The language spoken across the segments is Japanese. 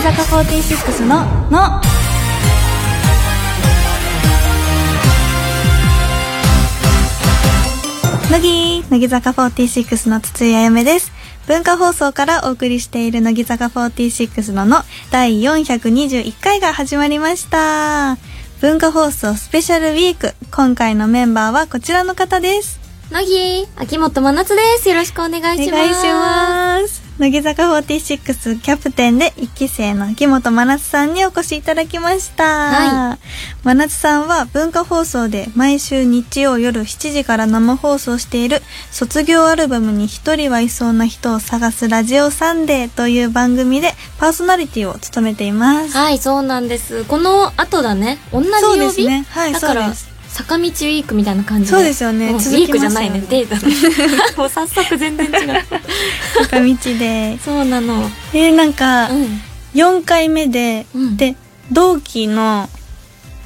坂46の「の」乃木乃木坂46の筒井あやめです文化放送からお送りしている乃木坂46のの第421回が始まりました文化放送スペシャルウィーク今回のメンバーはこちらの方です乃木秋元真夏ですよろしくお願いしますます乃木坂46キャプテンで1期生の秋元真夏さんにお越しいただきました、は真夏さんは文化放送で毎週日曜夜7時から生放送している卒業アルバムに一人はいそうな人を探すラジオサンデーという番組でパーソナリティを務めていますはいそうなんですこの後だね同じそうで曜す日、ねはいだかそうらです坂道ウィークみたいな感じでそうですよねんウ続ィきークじまゃすよないねねデーだねもう早速全然違う坂道でそうなのえー、なんか、うん4回目で、うんで同期の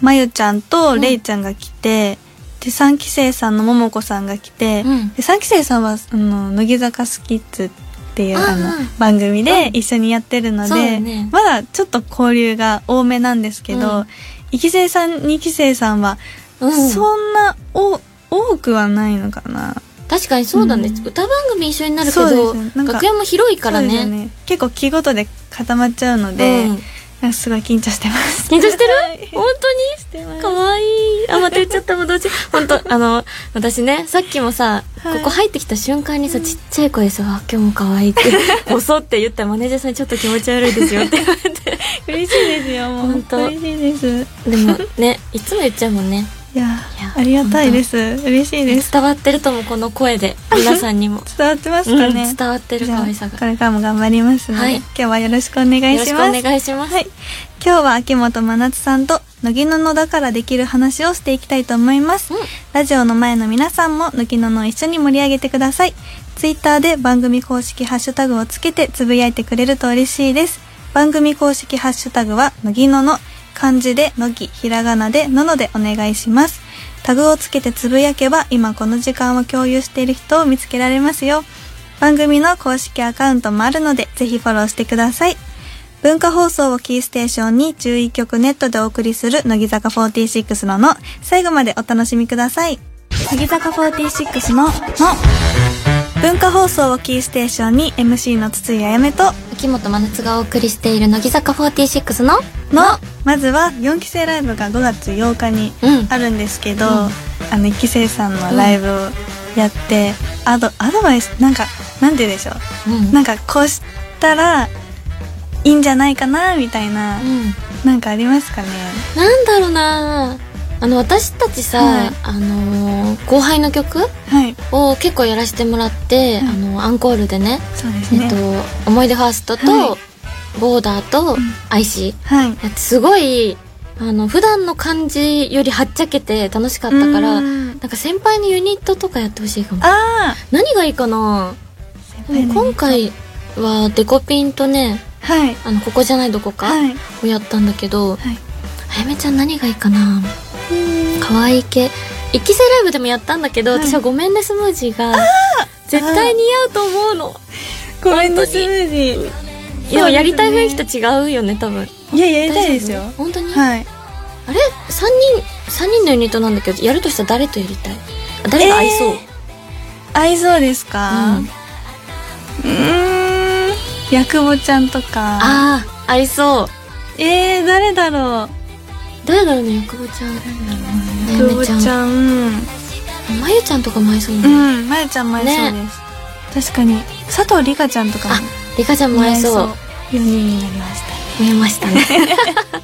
まゆちゃんとれいちゃんが来て、で3期生さんのももこさんが来て、うんで3期生さんはあの乃木坂スキッズっていうあーあの番組で一緒にやってるのそうで、ねまだちょっと交流が多めなんですけうど、ん一1期生さん2期生さんはうんそんなお多くはないのかな。確かにそうだね、うん歌番組一緒になるけそうど、ですねなんか学園も広いからそうですねよ結構気ごとで固まっちゃうので、うんなんかすごい緊張してます。緊張してる はい本当にかわいいあまた言っちゃったもうどうしよう本当あの私 ねさっきもさ、はいここ入ってきた瞬間にさちっちゃい声でさあ「今日も可 愛いって「もうそ」って言ったらマネージャーさんにちょっと気持ち悪いですよって言わ れて嬉しいですよもう本当嬉しいですでもねいつも言っちゃうもんねいやいやありがたいです嬉しいです伝わってるともこの声で皆さんにも、伝わってますかね、うん伝わってるじゃ可あ愛さがこれからも頑張りますので、はい今日はよろしくお願いよろししくおます願いします、はい今日は秋元真夏さんと乃木の野だからできる話をしていきたいと思います、うんラジオの前の皆さんも乃木の野を一緒に盛り上げてくださいツイッターで番組公式ハッシュタグをつけてつぶやいてくれると嬉しいです番組公式ハッシュタグは乃木の野漢字で乃木ひらがなでののでお願いしますタグをつけてつぶやけば今この時間を共有している人を見つけられますよ番組の公式アカウントもあるのでぜひフォローしてください文化放送をキーステーションに11曲ネットでお送りする乃木坂46のの最後までお楽しみください乃木坂46のの文化放送をキーステーションに MC の筒井あやめと秋元真夏がお送りしている乃木坂46ののまずは4期生ライブが5月8日にうんあるんですけど、うんあの1期生さんのライブをやって、アドアドバイスなんかなんて言うんでしょううんなんかこうしたらいいんじゃないかなみたいな、うんなんかありますかねなんだろうなあの私たちさ、はいあのー後輩の曲はいを結構やらせてもらって、うんあのアンコールでねそうですね、えっと「思い出ファーストと」はボーダーとうん「アイシはいー」やってすごいあの普段の感じよりはっちゃけて楽しかったからなんうんか先輩のユニットとかやってほしいかもあ何がいいかなあでも今回はデコピンとねはいあのここじゃないどこかはいをやったんだけど、はいあやめちゃん何がいいかな可愛い系一期生ライブでもやったんだけど、はい私は「ごめんねスムージー」が絶対似合うと思うのごめんねスムージーいや、やりたい雰囲気と違うよね多分いややりたいですよ大丈夫本当に、はいあれ三人三人のユニットなんだけどやるとしたら誰とやりたいあ誰が合いそう、えー合いそうですかうんうーんやくぼちゃんとかああ合いそうえー、誰だろう誰だろうねやくぼちゃんねやゆくめぼちちゃんゃんまゆちゃんとかも合いそううね、んまゆちゃんも合いそうです確かに佐藤里香ちゃんとかあもりかちゃんも合いそう4人になりました見えました ね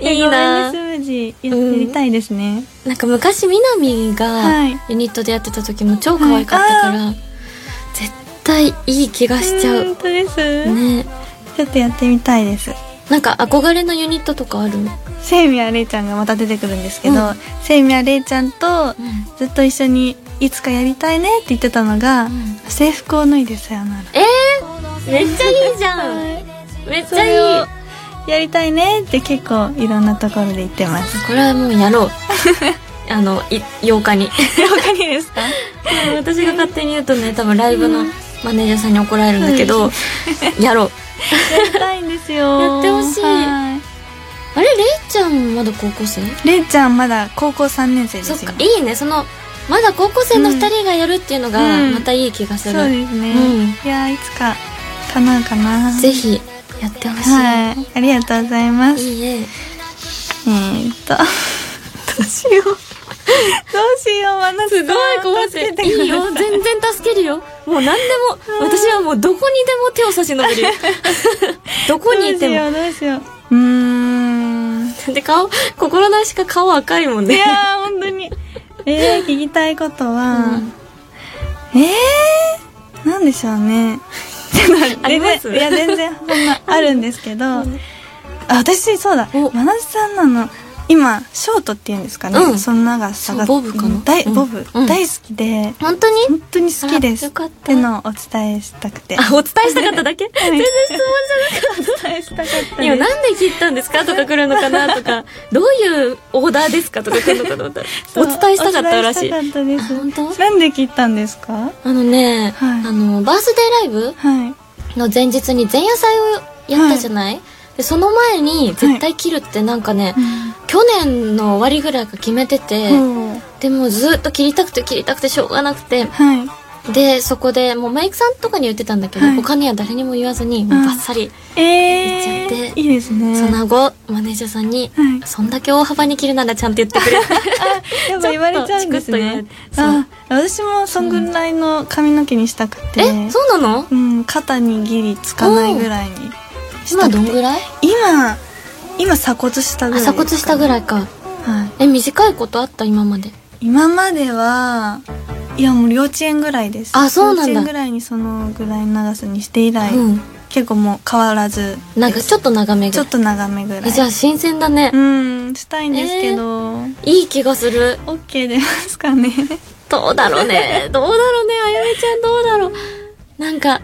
いいなごめんねスムージーやりたいですねなんか昔みなみはがいユニットでやってた時も超可愛かったから、絶対いい気がしちゃ本う、当ですねちょっとやってみたいですなんか憧れのユニットとかある、うん、セイミアレイちゃんがまた出てくるんですけど、うんセイミアレイちゃんとずっと一緒にいつかやりたいねって言ってたのが、ん制服を脱いでさよならえー、めっちゃいいじゃ んめっちそゃいれをいやりたいねって結構いろんなところで言ってますこれはもうやろうあのい8日に他にですか 私が勝手に言うとね多分ライブのマネージャーさんに怒られるんだけど、やろうやりたいんですよやってほしいは あれれいちゃんまだ高校生いれいちゃんまだ高校3年生ですそよっかいいねそのまだ高校生の2人がやるっていうのがうんまたいい気がする、そうですね、うんいやーいつか叶うかなぜひやってほしい、はいありがとうございますい、い ねえー、っとどうしようどうしようまなすごい困って助けくださいいよ全然助けるよもう何でも私はもうどこにでも手を差し伸べるよ どこにいてもどうしようどうしよううーんで顔心なしか顔赤いもんいねやー本当にえー、聞きたいことは、えー、なんでしょうねちょっと待っ てあります全然いや全然そんなあるんですけど、んあ私そうだお真夏さんなの今ショートっていうんですかね、うんその長さがそうボブかな大うんボブ、うん大好きで本当に本当に好きであすよかったてのをお伝えしたくてあお伝えしたかっただけ全然質問お伝えしたかったいや、なんで切ったんですかとか来るのかなとか、どういうオーダーですかとか来るのかと思ったら、お伝えしたかったらしい。お伝えしたかったであ本当すなんで切ったんですかあのね、はいあの、バースデーライはいブの前日に前夜祭をやったじゃない、で、その前に絶対切るってなんかね、去年の終わりぐらいから決めてて、うんでもずっと切りたくて切りたくてしょうがなくて、はいで、そこでもうメイクさんとかに言ってたんだけど、はい他には誰にも言わずに、もうバッサリ、え行っちゃーっていいですねその後、マネージャーさんに、はいそんだけ大幅に切るならちゃんと言ってくれってやっぱ言われちゃうんですちょねっとチクッと言われあ私もそんぐらいの髪の毛にしたく てえ、そうなのうん肩にギリつかないぐらいにした今くてどんぐらい今今鎖骨したぐらあい鎖骨したぐらいかはいえ短いことあった今まで今まではいやもう幼稚園ぐらいですあそうなんだ幼稚園ぐらいにそのぐらいの長さにして以来、うん結構もう変わらずなんかちょっと長めぐちょらいっと長めぐらえいじゃあ新鮮だねうんしたいんですけど、いい気がするオッ OK 出ますかねどうだろう ねどうだろうねあゆみちゃんどうだろうなんか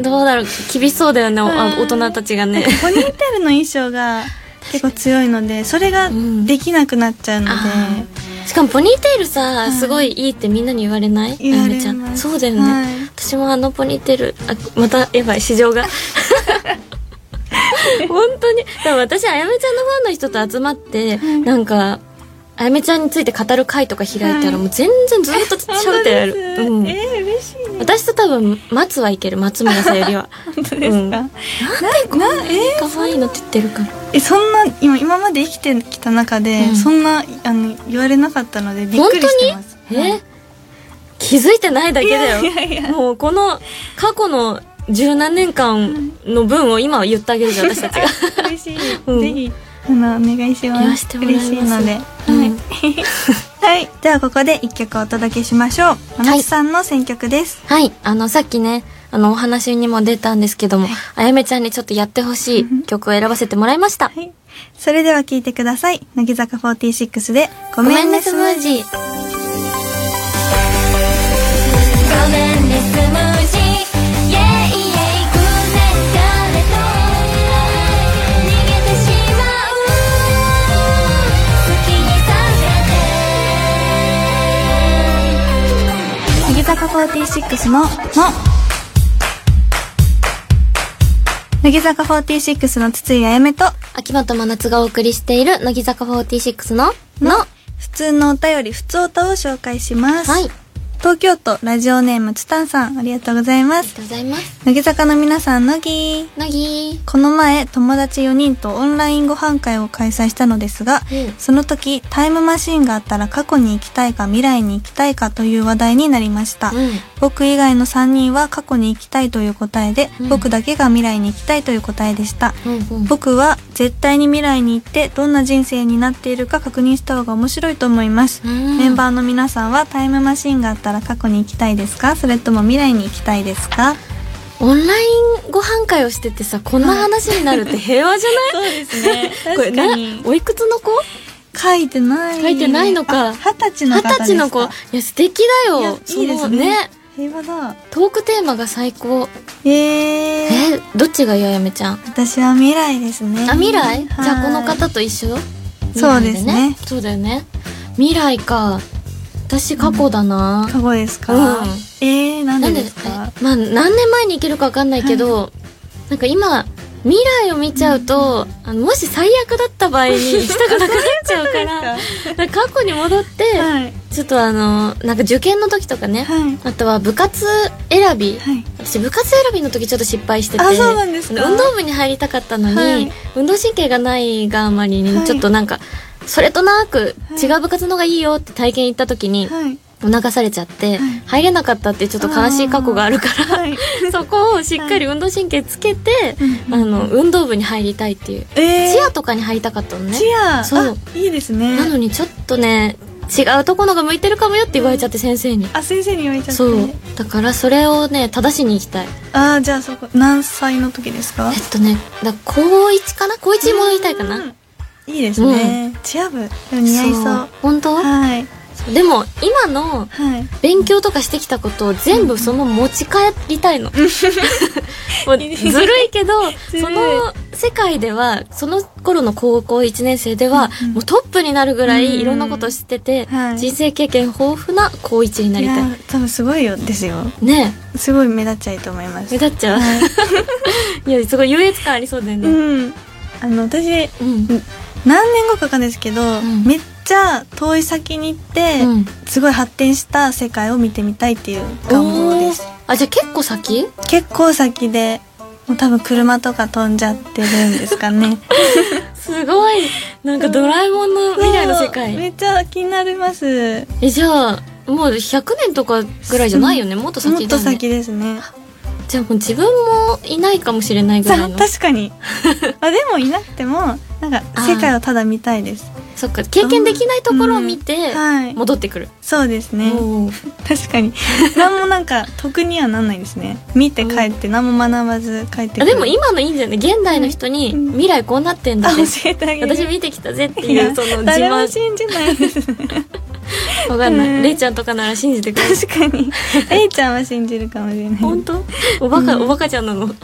どうだろう厳しそうだよねおあ大人たちが ねポニーテールの衣装が結構強いのでそれがうんできなくなっちゃうので、あーしかもポニーテールさいすごいいいってみんなに言われないあ言わゆれみますちゃんそうだよね、はい私もあのポニーテールあまたやばい市場 が本当にでも私あやめちゃんのファンの人と集まって、はいなんかあやめちゃんについて語る会とか開いたら、はいもう全然ずっと喋って やる、ううんん、えー、嬉しいね私と多分松はいける松村さゆりは 本当ですか、うんなんなえー可愛いのって言ってるからえそんな今今まで生きてきた中で、うんそんなあの言われなかったのでびっ本く当にりしてますえ、はい気づいてないだけだよいやいやいやもうこの過去の十何年間の分を今は言ってあげる じゃん私たちが嬉しい、うんぜひあのお願いします言わせてもらいます嬉しいので、うん はい、はい、ではここで一曲お届けしましょう真夏さんの選曲です、はい、あの、さっきね、あの、お話にも出たんですけども、あやめちゃんにちょっとやってほしい曲を選ばせてもらいました。はい、それでは聴いてください乃木坂46で「ごめんねスムージー」ー。ごめんねスムージー。イェイイェイくね誰と逃げてしまう。好きに乃木坂46の「の」乃木坂46の筒井あやめと秋元真夏がお送りしている、乃木坂46の、の、普通のお便り普通おたを紹介します、はい東京都ラジオネームつたんさんありがとうございまありがすとうございます。乃木坂の皆さん乃木乃木。この前友達4人とオンラインご飯会を開催したのですが、うんその時タイムマシーンがあったら過去に行きたいか未来に行きたいかという話題になりました、うん僕以外の3人は過去に行きたいという答えで、うん僕だけが未来に行きたいという答えでした、うんうん僕は絶対に未来に行ってどんな人生になっているか確認した方が面白いと思います、うんメンバーの皆さんはタイムマシーンがあったら過去に行きたいですかそれとも未来に行きたいですかオンラインご飯会をしててさこんな話に なるって平和じゃない、そうです ねこれなおいくつの子書いてない書いてないのかあ二十歳の二十方ですか歳の子いや素敵だいやよいいですそのね平和だトークテーマが最高ええー、ーどっちがよやめちゃん私は未来ですねあ未来じはいゃあこの方と一緒そうですね未来そうだよね未来か私過去だな、過去ですか、うんえー、なんなでんでですかえまあ何年前に行けるか分かんないけど、なんか今未来を見ちゃうと、あのもし最悪だった場合にしたくなくなっちゃうから なんか過去に戻って、はいちょっとあのなんか受験の時とかね、はいあとは部活選び、はい私部活選びの時ちょっと失敗しててあそうなんですか運動部に入りたかったのに、はい運動神経がないがあまりはにいちょっとなんか、それとなくはい違う部活の方がいいよって体験行った時に、はい促されちゃって、はい入れなかったっていうちょっと悲しい過去があるから、はい そこをしっかり運動神経つけて、うんあの運動部に入りたいっていう、えーチアとかに入りたかったのねチアそうあいいですねなのにちょっとね違うとこのが向いてるかもよって言われちゃって先生に、あ先生に言われちゃってそうだからそれをね正しに行きたいあーじゃあそこ何歳の時ですかえっとねだ高一かな高一も言いたいかな、うんいいですね、チア部でも似合いそう本当、はいでも今のはい勉強とかしてきたことを全部その持ち帰りたいの。もうずるいけど、 ずるいその世界では、その頃の高校1年生では、うんもうトップになるぐらうんいいろんなことしてて、はい人生経験豊富な高1になりいたい。や多分すごいよですよねすごい目立っちゃいいと思いまえ、す目立っちゃう。はい い、や、すごい優越感ありそうだよね。うんあの私うん。何年後かわかんないですけど、んめっちゃ遠い先に行って、うんすごい発展した世界を見てみたいっていう願望ですおーあ、じゃあ結構先結構先でもう多分車とか飛んじゃってるんですかねすごい。なんかドラえもんの 未来の世界。そうめっちゃ気になりますえじゃあもう100年とかぐらいじゃないよね、もっと先だよもねっと先ですねじゃあもう自分もいないかもしれないぐさらいあの 確か にあでもいなくてもなんか世界をただ見たいですそっか経験できないところを見てうんはい戻ってくる、そうですねおー確かに 何もなんか得にはなんないですね見て帰って何も学ばず帰ってくあるでも今のいいんじゃない現代の人にうん未来こうなってんだあって、教えてあげる私見てきたぜっていいやうその自誰も慢信じないです ねわかんない、うんれいちゃんとかなら信じてくれる確かに A ちゃんは信じるかもしれない本当おバカ、うんおバカちゃんなのレ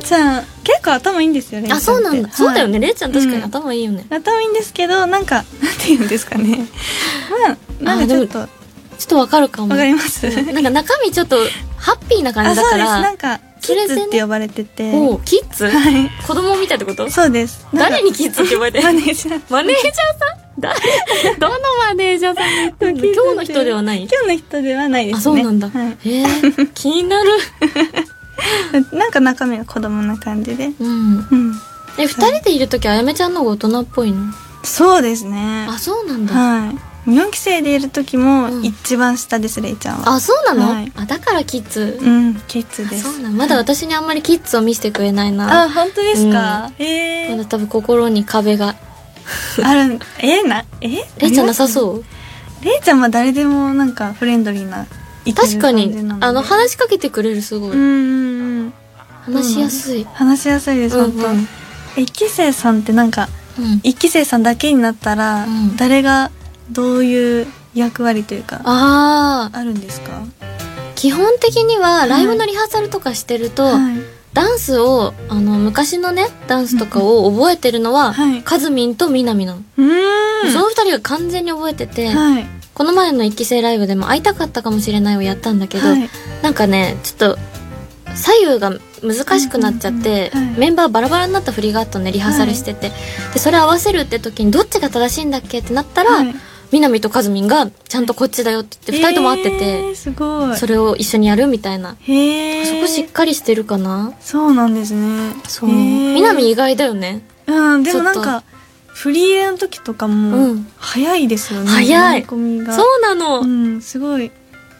イちゃん結構頭いいんですよねあそうなんだ、そうだよねれいちゃん確かうにん頭いいよね、頭いいんですけどなんかなんて言うんですかねまあなんかちょっとわちょっとわかるかもかりますな んか中身ちょっとハッピーな感あじだそうかですらなんかキそれッでズねって呼ばれてておうキッズは子供みたいってこといそうですなんか誰にキッズって呼ばれて マるネージャーマネージャーさん誰 どのマネージャーさんが言ってんのキッズって今日の人ではない今日の人ではないですねあそうなんだ、はいへえ気にな るなんか中身が子供な感じでうんうんえ二人でいる時あやめちゃんの方が大人っぽいのそうですねあそうなんだ、はい4期生でいる時もうん一番下ですレイちゃんはあそうなの、はいあだからキッズ、うんキッズあでそうすなのまだ私にあんまりキッズを見せてくれないなあ本当ですかえまーだ多分心に壁があるえなえれいちゃんなさうそうレイちゃんは誰でもなんかフレンドリーな確かいにける感じなであの話しかけてくれるすごうい、んうんうん話しやすい、話しやすいです本当うんうんえ一期生さんってなんかうん一期生さんだけになったらうん誰がどういう役割というかあああるんですか基本的にはライブのリハーサルとかしてると、はいダンスをあの昔のねダンスとかを覚えてるのは、はいカズミンとミナミなの、うーそんの二人が完全に覚えてて、はいこの前の一期生ライブでも会いたかったかもしれないをやったんだけど、はいなんかねちょっと左右が難しくなっちゃって、うんうんうんはいメンバーバラバラになった振りがあったのねリハーサルしてて、でそれ合わせるって時にどっちが正しいんだっけってなったら、はいミナミとカズミンがちゃんとこっちだよって言って二人とも会ってて、えーすごいそれを一緒にやるみたいなへえそこしっかりしてるかなそうなんですねへー南意外だよね。うんでもなんちょかフリーエの時とかうもん早いですよね早い追込みがそうなの。うん、すごい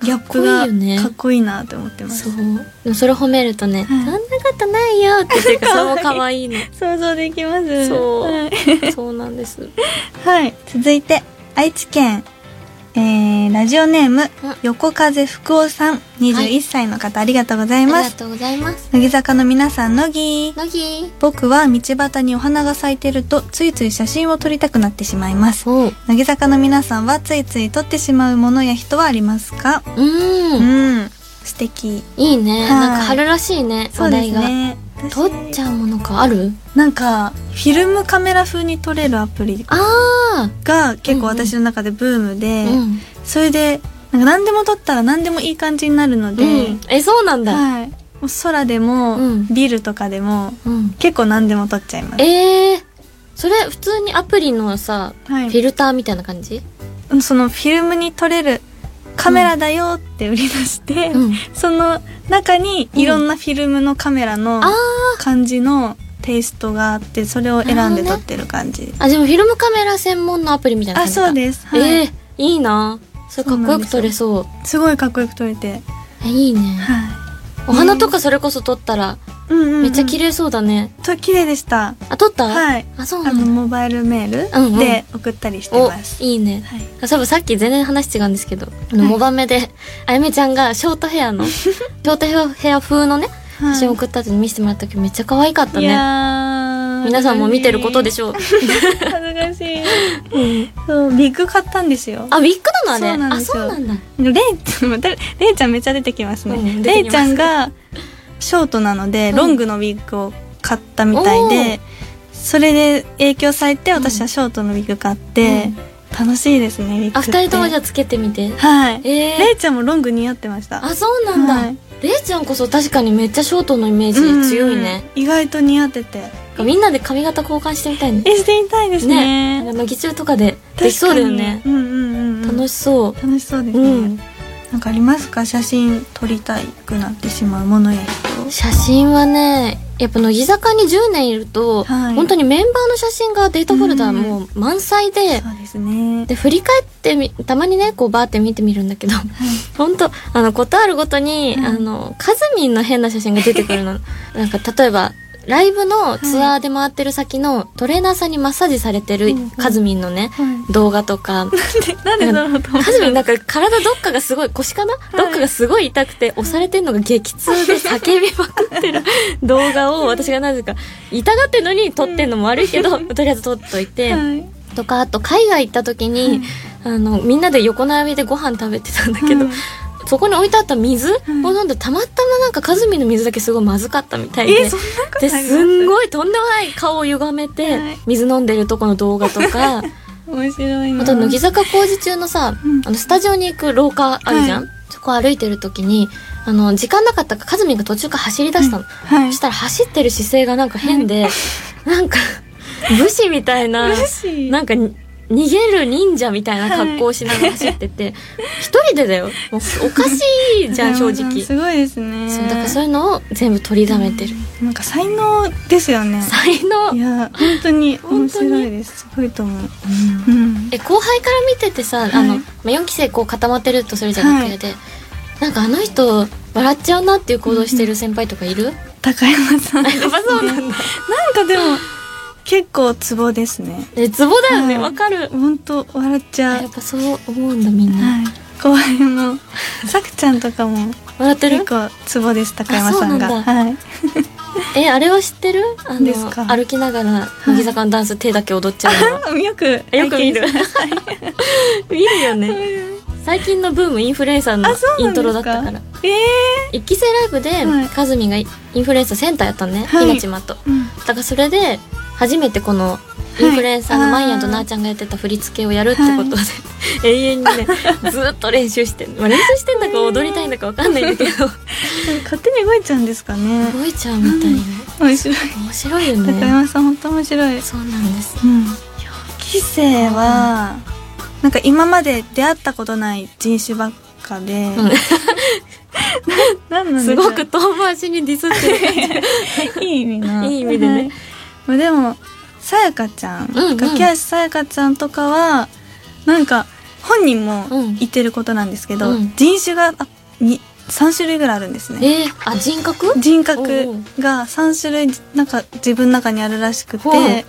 ギャップかっがこいいよねかっこいいなって思ってますそう。でもそれ褒めるとね、はいそんなことないよって言ってくれる それも可愛いの。想像できますそうはい、そうなんです。はい続いて愛知県、えー、ラジオネーム横風福夫さん21歳の方、ありがとうございありまがすとうございます。乃木坂の皆さん乃木乃木。僕は道端にお花が咲いてるとついつい写真を撮りたくなってしまいますおう。乃木坂の皆さんはついつい撮ってしまうものや人はありますかう。うんん、素敵いいね。はいなんか春らしいね。そうです話題が。ね撮っちゃゃうものかある？なんかフィルムカメラ風に撮れるアプリあが結構うんうん私の中でブームあ。で、うん。それでなんか何でも撮ったら何でもいい感じになるので、うん。えそうなんだ。はいもう空でも、うんビルとかでもうん。結構何でも撮っちゃいますえー、それ普通にアプリのさ、はいフィルターみたいな感じうんそのフィルムに撮れるカメラだよって売り出して、うん。その中にいろんなフィルムのカメラのあー感じのテイストがあってそれを選んで撮ってる感じ、あ、でもフィルムカメラ専門のアプリみたいなあ感じだそうです、はいえー、いいなそれかっこよく撮れそう。すごいかっこよく撮れて、えいいね。はお花とかそれこそ撮ったら、いうんうんうん、めっちゃ綺麗そうだね。と綺麗でしたあ、撮ったはいあ、そうなあんのだ。モバイルメうんうーんルで送ったりしておます、、いいね。はい多分さっき全然話違うんですけど、あの、はいモバメで、あゆめちゃんがショートヘア の、ショートヘア風のね、はい写真送った後に見せてもらった時めっちゃ可愛かったいね。やー皆さんも見てることでしょう。恥ずかしいそうビッグ買ったんですよあ、ウィッグなのあれそうなんあ、ですそようなんだ。レイちゃんまたレイちゃんめっちゃ出てきますね、うん出レてきまイすちゃんがショートなので、うんロングのウィッグを買ったみたいでそれで影響されて私はショートのウィッグ買って、楽しいですねウィッグあ、二人ともじゃゃあつけてみて。はいえレー。イちゃんもロング似合ってましたあ、そうなんだ。はいれいちゃんこそ確かにめっちゃショートのイメージ強いね。うん意外と似合っててみんなで髪型交換してみたいね。えしてみたいですねね。なんか乃木中とかで確かにできそうだよね。うんうんうんうん楽しそう。楽しそうですうね、ん。なんかありますか写真撮りたくなってしまうものや人写真はねやっぱ乃木坂に10年いると、はい本当にメンバーの写真がデータフォルダもう満載で、そうですねで振り返ってみたまにねこうバーって見てみるんだけど本当あのことあるごとに、はいあのカズミンの変な写真が出てく るのなんか例えばライブのツアーで回ってる先のトレーナーさんにマッサージされてるうんうんカズミンのね、は動画とかなんでだろうと思っカズミンなんか体どっかがすごい腰かな、どっかがすごい痛くて押されてんのが激痛で叫びまくって る動画を私がなぜか痛がってるのに撮ってんのも悪いけど、とりあえず撮っといてて、はいとかあと海外行った時に、あのみんなで横並びでご飯食べてたんだけど、はいそこに置いてあった水をい飲んでたまたまなんかカズミンの水だけすごいまずかったみたいで。えそんなことあでりますんごいとんでもない顔を歪めて、はい水飲んでるとこの動画と か面白いなあと乃木坂工事中のさ、うんあのスタジオに行く廊下あるじゃん、はそこ歩いてる時にあの時間なかったからかずみんが途中から走り出したの、はいそしたら走ってる姿勢がなんか変で、なんか武士みたいな嬉しいなんかに逃げる忍者みたいな格好をしながら走ってて、一人でだよもうおかしい じゃん正中山さ直すごいですねそうだからそういうのを全部取りだめてる、なんか才能ですよね才能いや本当に面本当に白いですすごいと思ううんえ後輩から見ててさ、あの、はいまあ、4期生こう固まってるとするじゃなくて、はいでなんかあの人笑っちゃうなっていう行動してる先輩とかいる、高山さん やっぱそうなんだなんかでも結構ツボですねえツボだよねはいわ、かる本当笑っちゃやうっぱそう思うんだみんな、はい後輩もさくちゃんとかも笑って結る構ツボです高山さんがあそうなんはいえあれは知ってるあのですか歩きながら乃木坂のダンス手だけ踊っちゃうの、よくよく見る 見るよね最近のブームインフルエンサーのあそうイなんでントすかロだったからええ一期生ライブで、はいかずみんがインフルエンサーセンターやったのね、はいひなちまとうんだからそれで初めてこのインフルエンサーのマイヤンとなーちゃんがやってた振り付けをやるってことで、 永遠にねずーっと練習してんのまあ、練習してんだか踊りたいんだかわかんないんだけど勝手に動いちゃうんですかね動いちゃうみたいな面白い面白いよ高ね山さん本当面白いうんそうなんです期生はなんか今まで出会ったことない人種ばっかで、んななんなんすでしょごうく遠回しにディスってる いい意味のいい意味でねはいまあでもさやかちゃん、うんうん掛橋さやかちゃんとかはなんか本人もうん言ってることなんですけど、うん人種があに3種類ぐらいあるんですねえー、あ人格おう人おう格が3種類なんか自分の中にあるらしくほて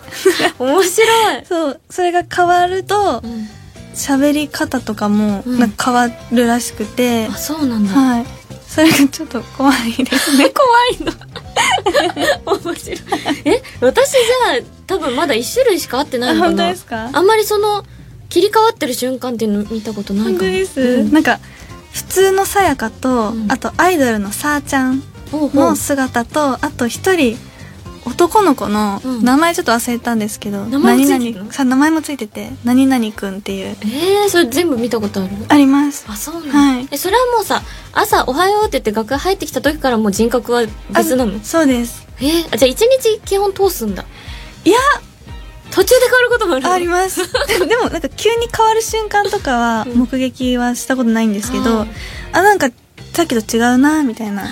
う 面白い、そうそれが変わるとうん、喋り方とかもうんなんか変わるらしくて、あそうなんだ、はいそれがちょっと怖いですね怖いの面白いえ私じゃあ多分まだ一種類しか会ってないあのか本当なですかあんまりその切り替わってる瞬間っていうの見たことないかも本当です、うんなんか普通のさやかと、うんあとアイドルのさーちゃんほうほうの姿と、あと一人男の子のうん名前ちょっと忘れたんですけど、名前もついてるの何々さ名前もついてて何々くんっていうえー、それ全部見たことあるありますあそうなんだ、はいえそれはもうさ朝「おはよう」って言って楽屋入ってきた時からもう人格は別なのあそうですえー、あじゃあ一日基本通すんだいや途中で変わることもあるのあります でもなんか急に変わる瞬間とかはうん目撃はしたことないんですけど、あーあなんかさっきと違うなみたいな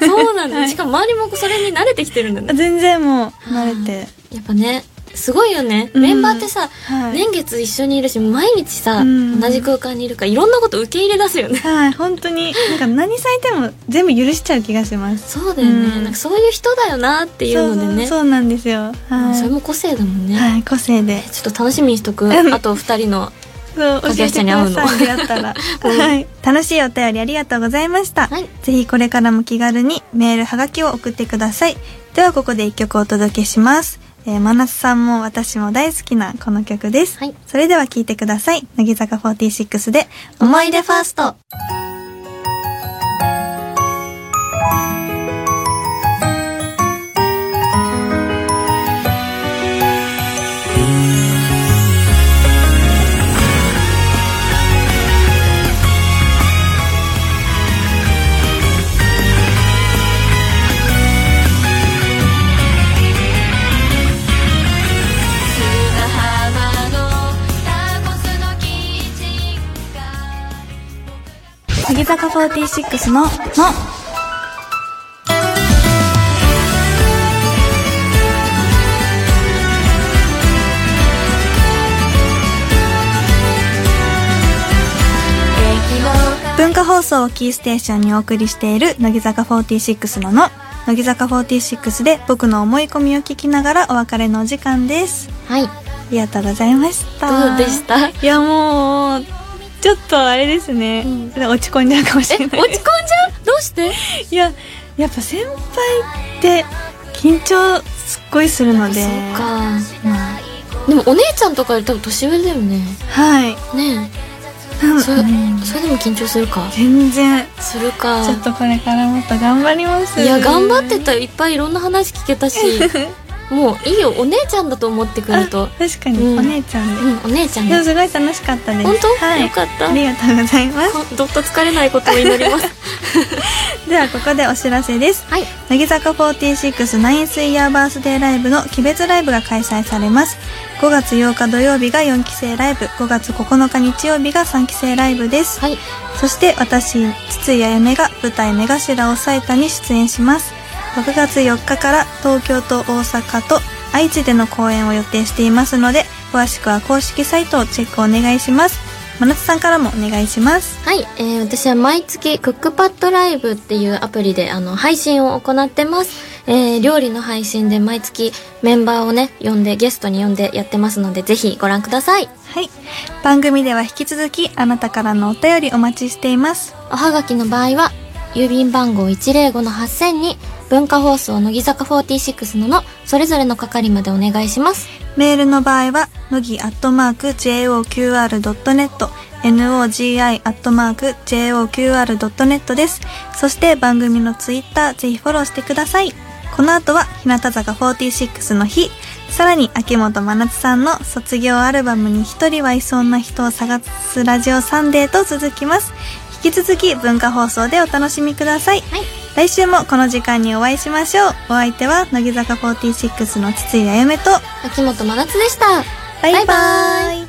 そうなんだ、はいしかも周りもそれに慣れてきてるんだね全然もう慣れて、やっぱねすごいよね、うんメンバーってさ、はい年月一緒にいるし毎日さ、うん同じ空間にいるからいろんなこと受け入れ出すよね はい本当になんか何されても全部許しちゃう気がしますそうだよね、うんなんかそういう人だよなっていうのでねそうそうそうなんですよはいそれも個性だもんね、はい個性でちょっと楽しみにしとくうんあと二人のそう教えて竹く下に合だうのさい出会ったら、 はい楽しいお便りありがとうございました、はいぜひこれからも気軽にメールはがきを送ってくださいではここで一曲お届けします、えー、真夏さんも私も大好きなこの曲です、はいそれでは聴いてください乃木坂46で思い出ファースト砂浜のタコスのキッチンが乃木坂46の「の」文化放送をキーステーションにお送りしている乃木坂46の「の」乃木坂46で僕の思い込みを聞きながらお別れのお時間ですはいありがとうございましたどうでしたいやもうちょっとあれですね、うん落ち込んじゃうかもしえれ落ちな込いんじゃうどうしていややっぱ先輩って緊張すっごいするのでそうかでもお姉ちゃんとかより多分年上だよねはい、ねうんえそれ,、うんそれでも緊張するか全然するかちょっとこれからもっと頑張りますいや頑張ってたよいっぱいいろんな話聞けたし もういいよお姉ちゃんだと思ってくあると確かに、うんお姉ちゃんで、うんお姉ちゃんでだもすごい楽しかったです本当、はい、よかったありがとうございますこどっと疲れないことを祈りますではここでお知らせです はい乃木坂46ナインスイヤーバースデーライブの鬼別ライブが開催されます5月8日土曜日が4期生ライブ5月9日日曜日が3期生ライブです、はいそして私筒井あやめが舞台「目頭をさえた」に出演します6月4日から東京と大阪と愛知での公演を予定していますので詳しくは公式サイトをチェックお願いします真夏さんからもお願いしますはい、えー私は毎月クックパッドライブっていうアプリであの配信を行ってます、えー料理の配信で毎月メンバーをね呼んでゲストに呼んでやってますのでぜひご覧くださいはい番組では引き続きあなたからのお便りお待ちしていますおはがきの場合は郵便番号105の8000に文化放送乃木坂46ののそれぞれの係までお願いしますメールの場合は、のぎアットマーク JOQR.net、NOGI アットマーク JOQR.net です。そして番組のツイッター、ぜひフォローしてください。この後は、日向坂46の日、さらに秋元真夏さんの卒業アルバムに一人はいそうな人を探すラジオサンデーと続きます。引き続き文化放送でお楽しみください。はい来週もこの時間にお会いしましょう。お相手は、乃木坂46の筒井あゆめと、秋元真夏でしたバイババイバイ